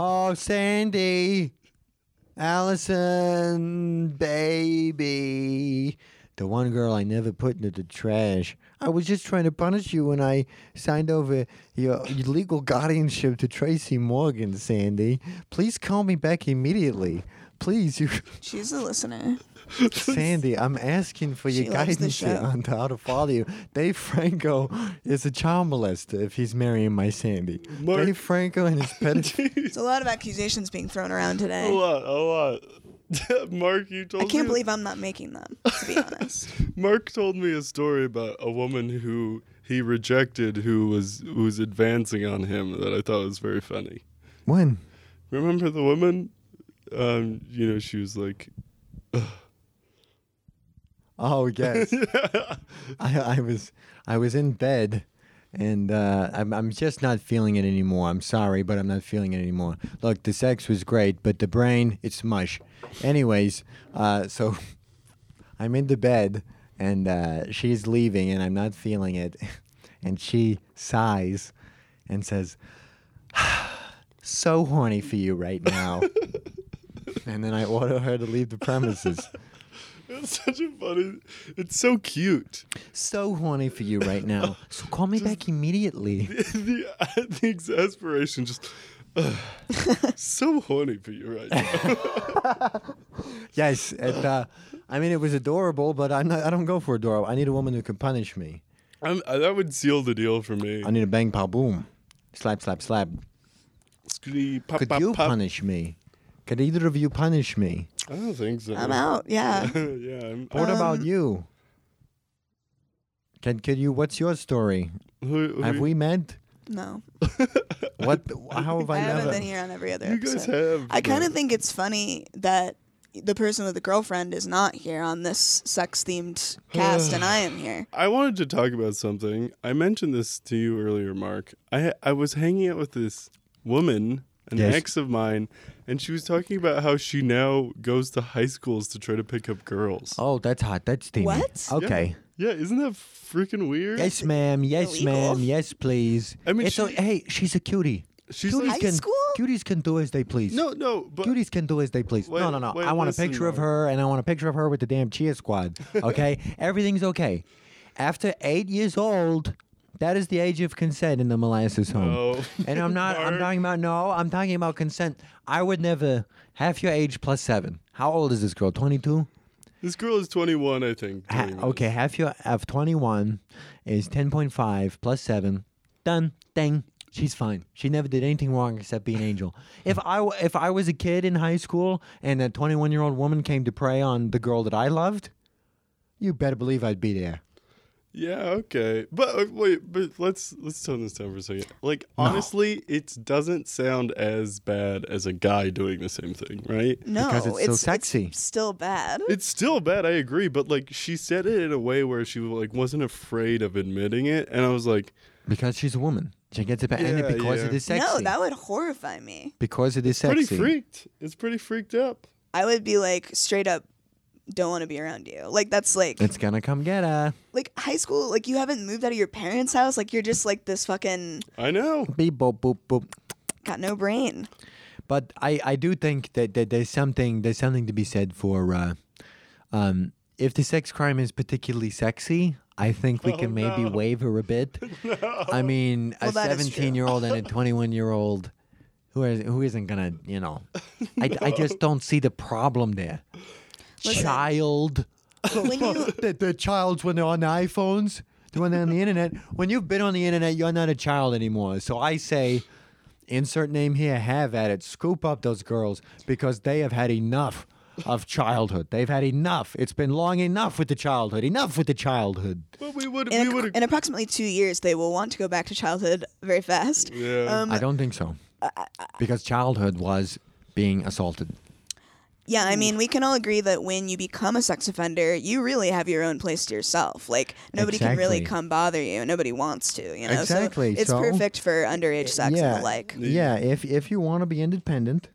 oh, Sandy, Allison, baby. The one girl I never put into the trash. I was just trying to punish you when I signed over your, your legal guardianship to Tracy Morgan, Sandy. Please call me back immediately. Please, you, She's a listener. Sandy, I'm asking for your She loves the guidance here show. on how to follow you. Dave Franco is a child molester if he's marrying my Sandy. Mark- Dave Franco and his pedophile. There's a lot of accusations being thrown around a today. lot, a lot. Mark, Oh, you told I can't me believe I'm not making them. To be honest, Mark told me a story about a woman who he rejected who was who was advancing on him that I thought was very funny. When? Remember the woman? Um, you know, she was like, Oh yes, I, I was I was in bed, and uh, I'm I'm just not feeling it anymore. I'm sorry, but I'm not feeling it anymore. Look, the sex was great, but the brain it's mush. Anyways, uh, so I'm in the bed, and uh, she's leaving, and I'm not feeling it, and she sighs, and says, "So horny for you right now," and then I order her to leave the premises. "It's such a funny. It's so cute." so horny for you right now. So call me back immediately. the, the exasperation just. so horny for you right now. Yes, and, uh, I mean it was adorable, but I'm not, I don't go for adorable. I need a woman who can punish me. I'm, I, that would seal the deal for me. I need a bang, pow, boom, slap, slap, slap. Scree- pop, Could pop, you pop. punish me? Could either of you punish me? I don't think so. I'm out. Yeah. yeah, I'm, What Um, about you? Can could you? What's your story? who, who Have you- we met? No, What? How have I, I haven't never? been here on every other. You guys episode. have, I kind of but- think it's funny that the person with the girlfriend is not here on this sex themed cast, and I am here. I wanted to talk about something. I mentioned this to you earlier, Mark. I I was hanging out with this woman, an Yes. ex of mine, and she was talking about how she now goes to high schools to try to pick up girls. Oh, that's hot. That's steamy. What? Yeah. Okay. Yeah, isn't that freaking weird? Yes, ma'am. Yes, illegal. ma'am. Yes, please. I mean, It's o- she- hey, she's a cutie. She's cuties like- High can school? cuties can do as they please. No, no, but Cuties can do as they please. Wait, no, no, no. wait, I want listen, a picture of Mark. her, and I want a picture of her with the damn cheer squad. Okay, everything's okay. After eight years old, That is the age of consent in the molasses home. No. And I'm not. I'm Mark. talking about no. I'm talking about consent. I would never half your age plus seven. How old is this girl? Twenty two. This girl is 21, I think. Ha- doing this. Ah, okay, half your of twenty one is ten point five plus seven. Done. Dang. She's fine. She never did anything wrong except be an angel. If I w- if I was a kid in high school and a twenty one year old woman came to prey on the girl that I loved, you better believe I'd be there. Yeah, okay. But uh, wait, but let's let's tone this down for a second. Like honestly, it doesn't sound as bad as a guy doing the same thing, right? No, Because it's so sexy. still bad. It's still bad, I agree, but like she said it in a way where she like wasn't afraid of admitting it, and I was like, Because she's a woman. She gets it, and Yeah, it because yeah. it is sexy. No, that would horrify me. because it is sexy. pretty freaked. It's pretty freaked up. I would be like straight up don't want to be around you. Like that's like It's gonna come get her. like high school, like you haven't moved out of your parents' house, like you're just like this fucking I know. Beep boop boop boop. got no brain. But I, I do think that, that there's something there's something to be said for uh, um, if the sex crime is particularly sexy, I think we can maybe waive her a bit. I mean, a Well, that is true. 17 year old and a 21 year old who is who isn't gonna you know, I, I just don't see the problem there. Listen. Child. But when you the, the child's when they're on the iPhones, the one they're on the internet. When you've been on the internet, you're not a child anymore. So I say, insert name here, have at it. Scoop up those girls because they have had enough of childhood. They've had enough. It's been long enough with the childhood. Enough with the childhood. But we would in, we ac- would in approximately two years they will want to go back to childhood very fast. Yeah. Um, I don't think so. Because childhood was being assaulted. Yeah, Mm. I mean, we can all agree that when you become a sex offender, you really have your own place to yourself. Like nobody can really Exactly. come bother you. Nobody wants to. You know, So Exactly, it's so- perfect for underage sex and the like. Yeah, if if you want to be independent,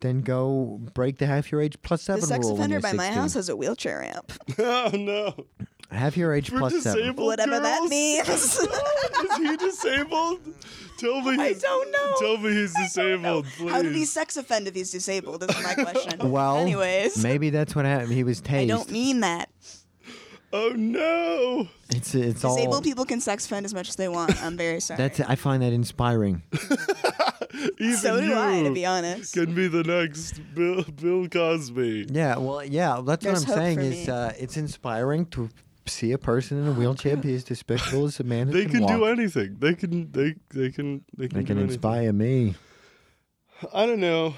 then go break the half your age plus seven The sex rule. when offender you're by my 16. house has a wheelchair ramp. oh no. half your age For plus seven. disabled Whatever that Oh, girls? Is means. he disabled? Tell me. I he's- don't know. Tell me he's disabled, please. How did he sex offend if he's disabled? Is my question. Well, anyways, maybe that's what happened. He was tased. I don't mean that. Oh no. it's it's all. Disabled people can sex offend as much as they want. I'm very sorry. That's I find that inspiring. Even so do you I, to be honest. Can be the next Bill, Bill Cosby. yeah, well, yeah, that's There's what I'm hope saying for is me. uh, it's inspiring to see a person in a wheelchair be as despicable as a man who They can walk. do anything. They can. They they can. They can. They can do inspire me. Anything. I don't know.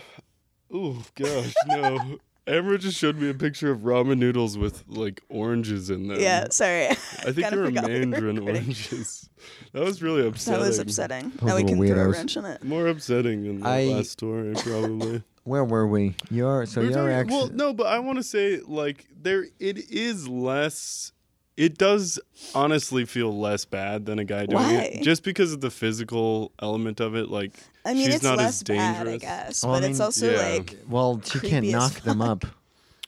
Oh gosh, no. Amber just showed me a picture of ramen noodles with like oranges in them. Yeah, sorry. I think they Kinda were forgot we were mandarin recording. oranges. That was really That upsetting. was upsetting. Those now we little can throw a weirdos. wrench in it. More upsetting than the I- last story, probably. Where were we? Your so We're your talking- ex. Well, no, but I want to say like there, it is less. It does honestly feel less bad than a guy doing Why? it, just because of the physical element of it. Like I mean, she's it's not less as bad, I dangerous. guess, Well, I but it's mean- also Yeah. like Well, she can't Creepy as knock them up.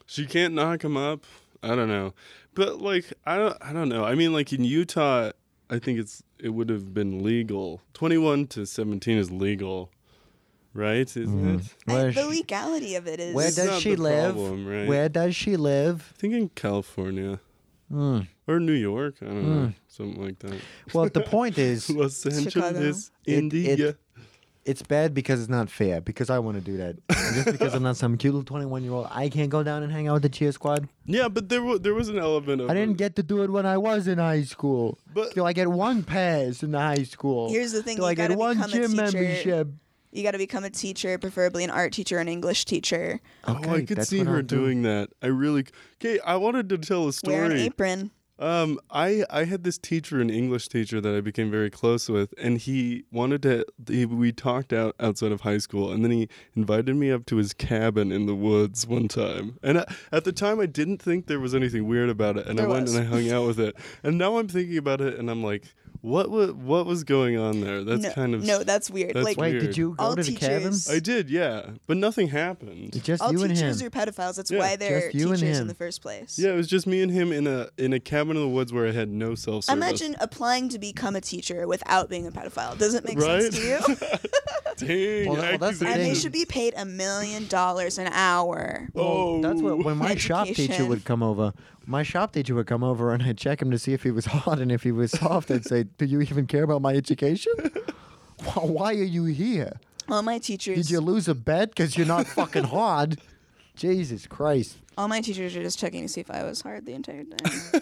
She can't knock him up. I don't know, but like I don't, I don't know. I mean, like in Utah, I think it's it would have been legal. Twenty-one to seventeen is legal, right? Isn't it? Where, I, the she- legality of it is. where It's does not she the live? problem, right? Where does she live? I think in California or New York. I don't know, something like that. Well, the point is, Los Angeles, It- it- India. it's bad because it's not fair. Because I want to do that. And just because I'm not some cute little 21 year old, I can't go down and hang out with the cheer squad. yeah, but there was there was an element of I didn't it. get to do it when I was in high school. But- do I get one pass in the high school? Here's the thing, Do you I get gotta one become a gym teacher. membership? you got to become a teacher, preferably an art teacher, an English teacher. Okay, oh, I could that's see what her I'll do. doing that. I really. Okay, I wanted to tell a Wear an story. apron. Um, I I had this teacher, an English teacher that I became very close with, and he wanted to. He, we talked out outside of high school, and then he invited me up to his cabin in the woods one time. And I, at the time, I didn't think there was anything weird about it, and I There went was. and I hung out with it. And now I'm thinking about it, and I'm like, what was what was going on there? That's no, kind of no, that's weird. that's like Wait, Weird. did you go All to the cabin? teachers- I did, yeah, but nothing happened. It's just all you and him. teachers are pedophiles. That's Yeah, why they're just you and teachers him. in the first place. Yeah, it was just me and him in a in a cabin in the woods where I had no self service. Imagine applying to become a teacher without being a pedophile. Doesn't make Right? sense to you. Dang, Well, that- well, that's the and they thing. should be paid a million dollars an hour. Well, Oh, that's what when my shop teacher Education. would come over. my shop teacher would come over and I'd check him to see if he was hot and if he was soft. I'd say, "Do you even care about my education? Why- Why are you here? All my teachers. Did you lose a bet because you're not fucking hard?" Jesus Christ! all my teachers were just checking to see if I was hard the entire time.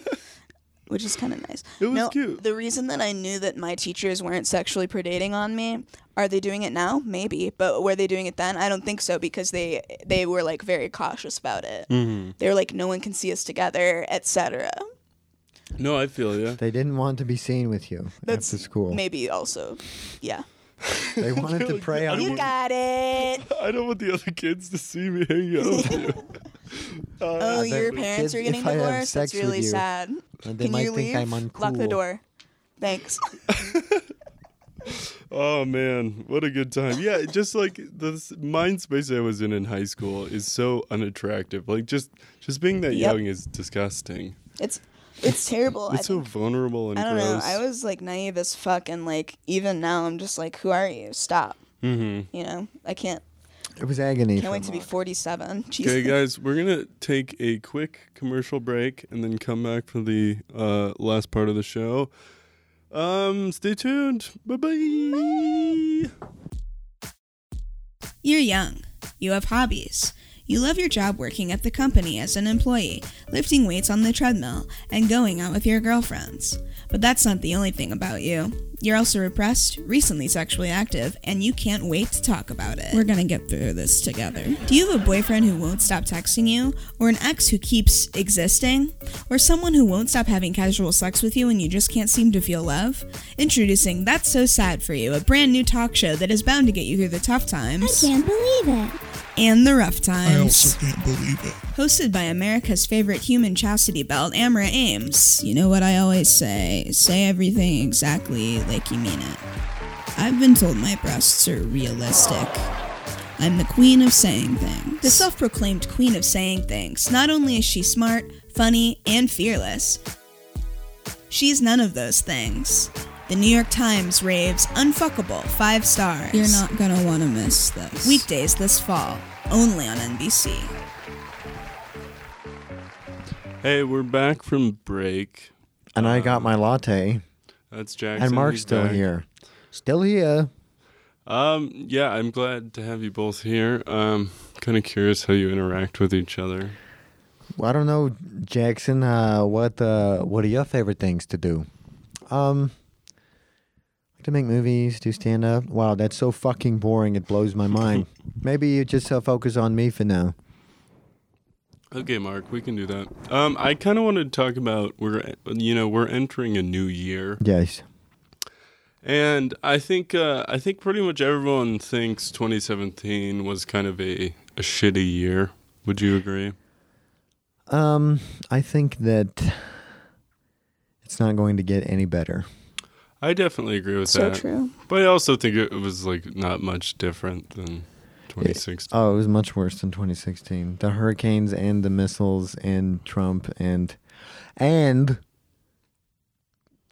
Which is kind of nice. It was no, cute. The reason that I knew that my teachers weren't sexually predating on me, are they doing it now? Maybe, but were they doing it then? I don't think so because they they were like very cautious about it. Mm-hmm. They were like, no one can see us together, etc. No, I feel you. They didn't want to be seen with you That's after school. Maybe also, yeah. They wanted to prey on You you. got it. I don't want the other kids to see me hanging out with you. Oh, bet your with parents kids, are getting if I have divorced. sex That's with really you, sad. and they can might you think leave? I'm Lock the uncool. door. Thanks. Oh man, what a good time! Yeah, it just like the s- mind space I was in in high school is so unattractive. Like just just being that Yep. young is disgusting. it's it's terrible. I It's so vulnerable and I don't gross. know. I was like naive as fuck, and like even now, I'm just like, who are you? Stop. Mm-hmm. You know, I can't. It was agony. Can't for wait to be Mark. 47. Jesus. Okay, guys, we're gonna take a quick commercial break and then come back for the uh, last part of the show. Um, stay tuned. Bye-bye. You're young. You have hobbies. You love your job working at the company as an employee, lifting weights on the treadmill, and going out with your girlfriends. But that's not the only thing about you. You're also repressed, recently sexually active, and you can't wait to talk about it. We're gonna get through this together. Do you have a boyfriend who won't stop texting you, or an ex who keeps existing, or someone who won't stop having casual sex with you and you just can't seem to feel love? Introducing That's So Sad for You, a brand new talk show that is bound to get you through the tough times Can't believe it. and the rough I times. also can't believe it. Hosted by America's favorite human chastity belt, Amara Ames. You know what I always say say everything exactly like you mean it. I've been told my breasts are realistic. I'm the queen of saying things. The self proclaimed queen of saying things. Not only is she smart, funny, and fearless, she's none of those things. The New York Times raves unfuckable five stars. You're not gonna wanna miss this. Weekdays this fall, only on NBC. Hey, we're back from break. And I got my latte, That's Jackson. and Mark's he's still back. here. Still here. Um, yeah, I'm glad to have you both here. Um, kind of curious how you interact with each other. Well, I don't know, Jackson. Uh, what uh, what are your favorite things to do? Um, like to make movies, do stand up. Wow, that's so fucking boring. It blows my mind. Maybe you just uh, focus on me for now. Okay, Mark, we can do that. Um, I kind of wanted to talk about we're you know we're entering a new year, Yes. and I think uh, I think pretty much everyone thinks 2017 was kind of a a shitty year. Would you agree? Um, I think that it's not going to get any better. I definitely agree with so that. true. But I also think it was like not much different than 2016. Oh, it was much worse than 2016. The hurricanes and the missiles and Trump and and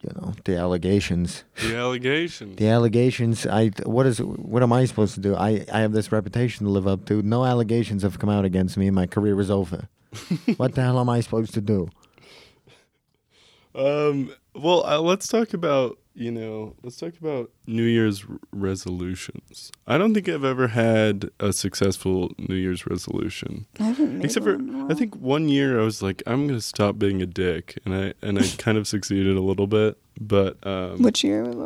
you know the allegations. the allegations. The allegations. I what is what am I supposed to do? I I have this reputation to live up to. No allegations have come out against me, and my career is over. what the hell am I supposed to do? Um. Well, uh, let's talk about you know let's talk about New Year's r- resolutions. I don't think I've ever had a successful New Year's resolution, I haven't made except for one in a I while. think one year I was like I'm gonna stop being a dick, and I and I kind of succeeded a little bit, but um, Which year was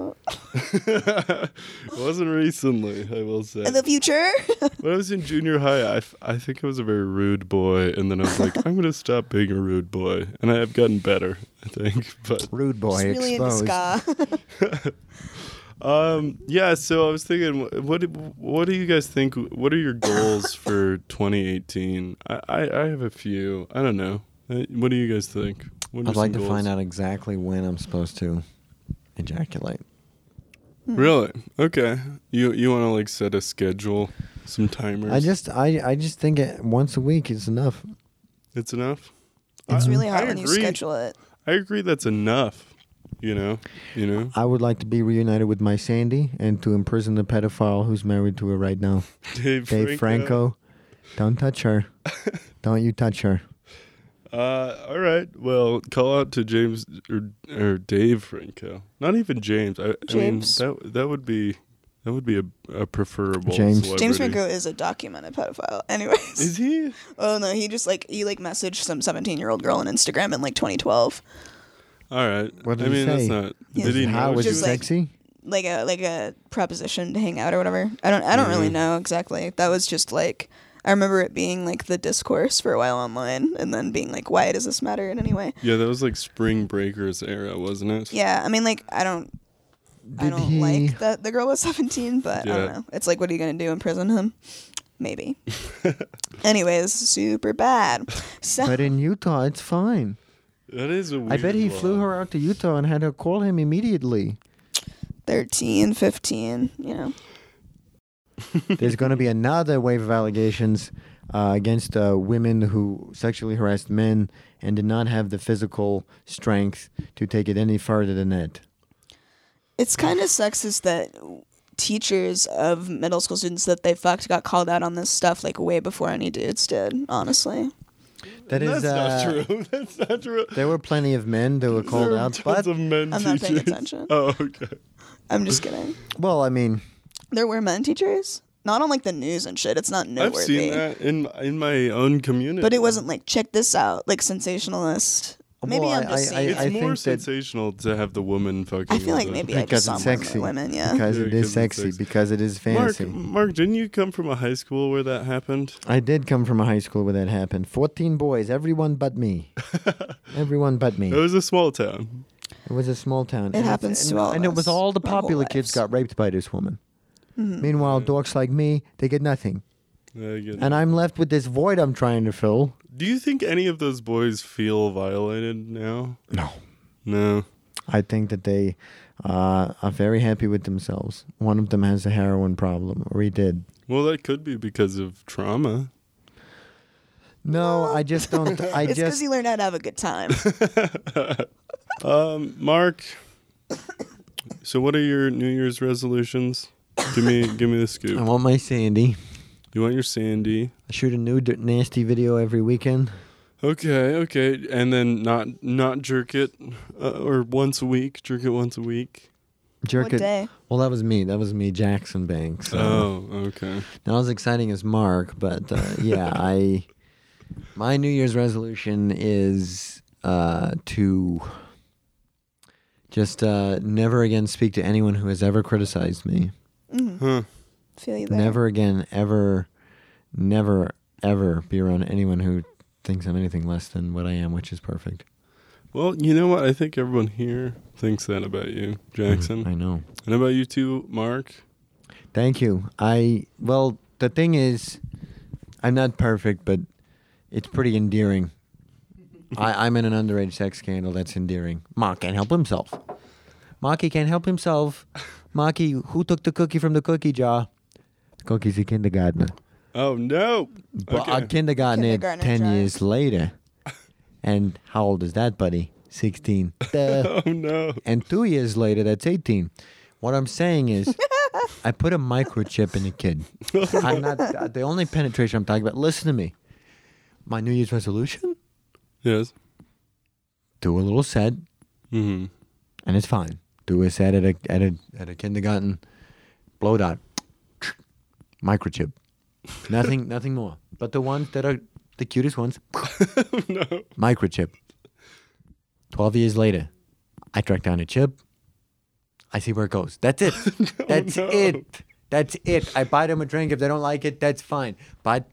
that? it wasn't recently. I will say. In the future? When I was in junior high, I, f- I think I was a very rude boy, and then I was like, I'm gonna stop being a rude boy, and I have gotten better, I think. But Rude boy Just really exposed. into ska. Um. Yeah. So I was thinking, wh- what do- What do you guys think? What are your goals for 2018? I, I I have a few. I don't know. Uh, What do you guys think? What are I'd like some to find goals? out exactly when I'm supposed to ejaculate. Mm-hmm. Really? Okay. You you want to like set a schedule, some timers. I just I I just think it, once a week is enough. It's enough. It's I- really I hard when you agree. schedule it. I agree. That's enough. You know. You know. I would like to be reunited with my Sandy and to imprison the pedophile who's married to her right now. Dave, Dave Franco, don't touch her. don't you touch her. Uh, all right. Well, call out to James or, or Dave Franco. Not even James. I, James. I mean, that that would be that would be a, a preferable. James. James celebrity. Franco is a documented pedophile. Anyways, Is he? oh no, he just like he like messaged some 17 year old girl on Instagram in like 2012, All right. What did I he mean, say? that's not. Yeah. Did he How know? was she it Just like- sexy? like a like a proposition to hang out or whatever. I don't I don't really know exactly. That was just like I remember it being like the discourse for a while online, and then being like, why does this matter in any way? yeah, that was like Spring Breakers era, wasn't it? Yeah, I mean like I don't I Did don't he- like that the girl was 17, but I Yeah. don't know. It's like, what are you going to do? Imprison him? Maybe. Anyways, super bad. So, But in Utah, it's fine. That is a weird I bet he flew law. her out to Utah and had her call him immediately. 13, 15, you know. There's going to be another wave of allegations uh, against uh, women who sexually harassed men and did not have the physical strength to take it any further than that. It's kind of sexist that teachers of middle school students that they fucked got called out on this stuff like way before any dudes did, honestly. That is, That's uh, not true. That's not true. There were plenty of men that were called There are out, tons but of men I'm not paying teachers. attention. Oh, okay. I'm just kidding. well, I mean, There were men teachers? Not on like the news and shit. It's not I've noteworthy. seen that in in my own community. But it wasn't like, check this out, like sensationalist. Maybe Well, I'm I- just I- saying It's that. I more think that- sensational to have the woman fucking. I feel all like the- maybe I just because saw it's more than sexy, women. Yeah, because Yeah, it because is it's sexy, sexy. because it is Mark, fancy. Mark, didn't you come from a high school where that happened? I did come from a high school where that happened. Fourteen boys, everyone but me. everyone but me. It was a small town. It was a small town. It and happens and, to all of And it was us all the our whole popular kids lives. Mm-hmm. got raped by this woman. Meanwhile, dorks like me, they get nothing, I get- and I'm left with this void I'm trying to fill. Do you think any of those boys feel violated now? No, No. I think that they uh, are very happy with themselves. One of them has a heroin problem, or he did. Well, that could be because of trauma. No, I just don't. I it's because just he learned how to have a good time. Mark, so what are your New Year's resolutions? Give me, give me the I scoop. want my Sandy. You want your Sandy? I shoot a new d- nasty video every weekend. Okay, okay, and then not not jerk it, uh, or once a week. Jerk it once a week. Jerk What it. day? Well, that was me. That was me, Jackson Banks. So Oh, okay. Not as exciting as Mark, but uh, yeah, I. My New Year's resolution is uh, to just uh, never again speak to anyone who has ever criticized me. Huh. Mm. Feel you there. Never again, ever, never, ever be around anyone who thinks I'm anything less than what I am, which is perfect. Well, you know what? I think everyone here thinks that about you, Jackson, I know. and about you too, Mark. Thank you. I well, the thing is, I'm not perfect, but it's pretty endearing. I, I'm in an underage sex scandal. That's endearing. Mark can't help himself. Marky can't help himself. Marky, who took the cookie from the cookie jar? The cookie's a kindergartner. Oh no! But a kindergartner, Kindergartner ten jar. years later. And how old is that, buddy? Sixteen. Duh Oh no! and two years later, that's 18. What I'm saying is, I put a microchip in a kid. I'm not uh, the only penetration I'm talking about. Listen to me. My New Year's resolution: Yes. do a little set, Mm-hmm. and it's fine. Do a set at a at a at a kindergarten, blow dot, microchip. Nothing, nothing more. But the ones that are the cutest ones, no. microchip. 12 years later, I track down a chip. I see where it goes. That's it. that's no. it. That's it. I buy them a drink. If they don't like it, that's fine. But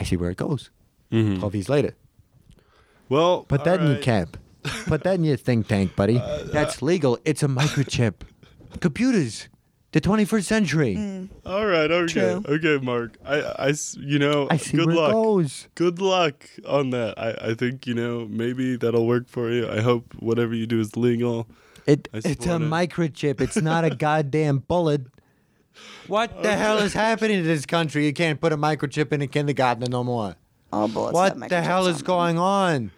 I see where it goes. Mm-hmm. 12 years later. Well, Put all that in your right. Uh, cap. Put that in your think tank, buddy. that's legal. It's a microchip. Computers, the 21st century. Mm. All right. Okay. True. Okay, Mark. I, I s- you know, I see good where luck. it goes. Good luck on that. I, I think you know maybe that'll work for you. I hope whatever you do is legal. It, I it's a support it. microchip. It's not a goddamn bullet. What the hell is happening to this country? You can't put a microchip in a kindergartner no more. All bullets have what the hell microchips is on them. going on?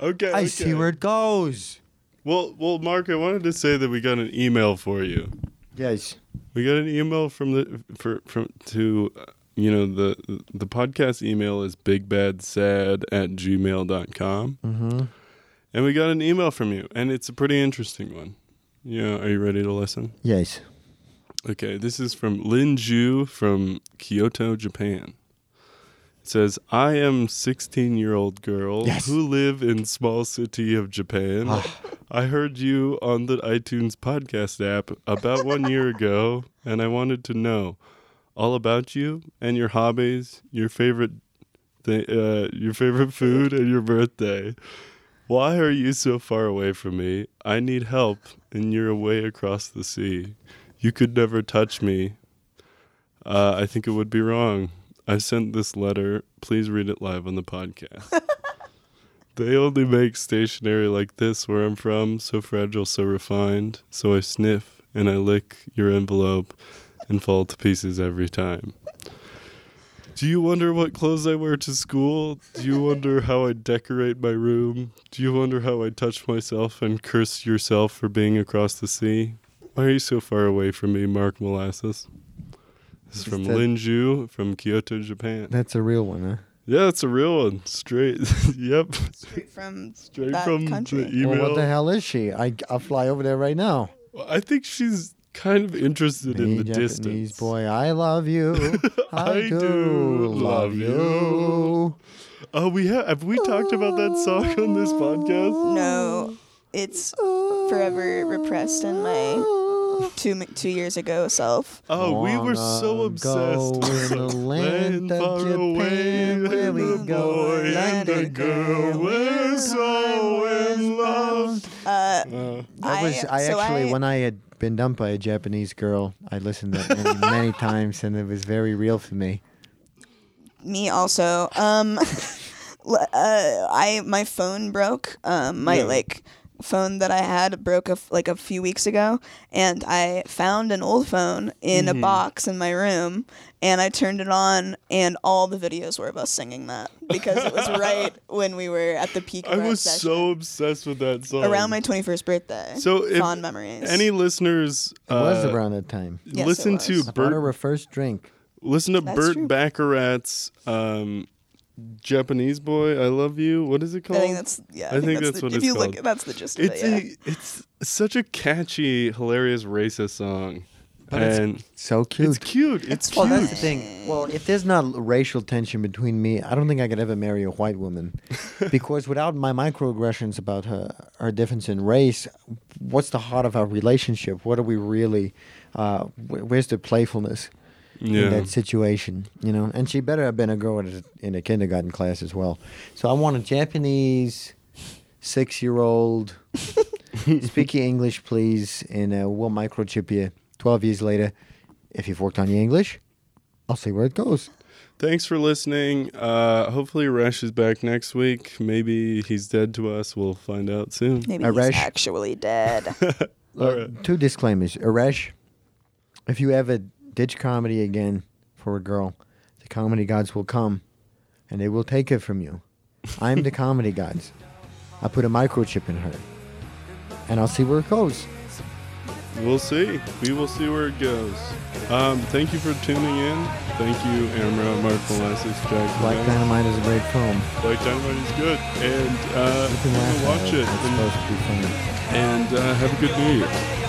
Okay. I see okay. where it goes. Well, well, Mark. I wanted to say that we got an email for you. Yes. We got an email from the for, from to uh, you know, the the podcast email is bigbadsad at gmail.com. Mm-hmm. And we got an email from you, and it's a pretty interesting one. Yeah, are you ready to listen? Yes. Okay, this is from Lin Ju from Kyoto, Japan. It says, I am 16 year old girl Yes. who live in small city of Japan. I heard you on the iTunes podcast app about one year ago, and I wanted to know all about you and your hobbies, your favorite, th- uh, your favorite food, and your birthday. Why are you so far away from me? I need help, and you're away across the sea. You could never touch me. Uh, I think it would be wrong. I sent this letter. Please read it live on the podcast. they only make stationery like this where I'm from, so fragile, so refined. So I sniff and I lick your envelope and fall to pieces every time. Do you wonder what clothes I wear to school? Do you wonder how I decorate my room? Do you wonder how I touch myself and curse yourself for being across the sea? Why are you so far away from me, Mark Molasses? This is Is from that- Lin Ju from Kyoto, Japan. That's a real one, huh? Yeah, it's a real one. Straight, yep, from straight That from country. the Well, email. what the hell is she? I, I'll fly over there right now. I think she's kind of interested in Hey, the Japanese distance. boy, I love you. I, I do do love love you. you. Oh, we have. Have we talked about that song on this podcast? No, it's forever repressed in my two mi- two years ago self. Oh, we were so Long ago obsessed. in the land of far Japan away, where and we the go boy and land the and girl girl were so in love. Uh, Uh, That was I, so actually I- when I had been dumped by a Japanese girl, I listened to that many, many times, and it was very real for me. me also. Um, l- uh, I my phone broke. Um, my Yeah. like phone that I had broke a f- like a few weeks ago, and I found an old phone in Mm-hmm. a box in my room, and I turned it on, and all the videos were of us singing that because it was right when we were at the peak. I Of our was obsession. so obsessed with that song. around my 21st birthday. So if fond memories. any listeners It was uh, around that time. Yes, it listen was. to I bought her Bert her first drink. listen to That's Bert true. Baccarat's um, Japanese boy, I love you. What is it I called? think that's yeah. I think that's the, what if it's you called. look, that's the gist it's of it. Yeah. a, it's such a catchy, hilarious racist song. But it's and So cute. it's cute. It's It's Well, cute. that's the thing. Well, if there's not l- racial tension between me, I don't think I could ever marry a white woman, because without my microaggressions about her her difference in race, what's the heart of our relationship? What are we really? Uh, wh- where's the playfulness Yeah. in that situation? You know, and she better have been a girl in a, in a kindergarten class as well. So I want a Japanese six year old. Speak your English, please, and uh, we'll microchip you 12 years later. If you've worked on your English, I'll see where it goes. Thanks for listening. Uh, hopefully, Rash is back next week. Maybe he's dead to us. We'll find out soon. Maybe a he's rash- actually dead. Uh, Two disclaimers. Arash, if you ever ditch comedy again for a girl, the comedy gods will come and they will take it from you. I'm the comedy gods. I put a microchip in her and I'll see where it goes. We'll see. We will see where it goes. Um, thank you for tuning in. Thank you, Amra, Mark Molasses, Jack. Black Black Dynamite is a great film. Black Dynamite is good. And You can uh, laugh at watch it. it. It's And, supposed to be funny. and uh, have a good New Year.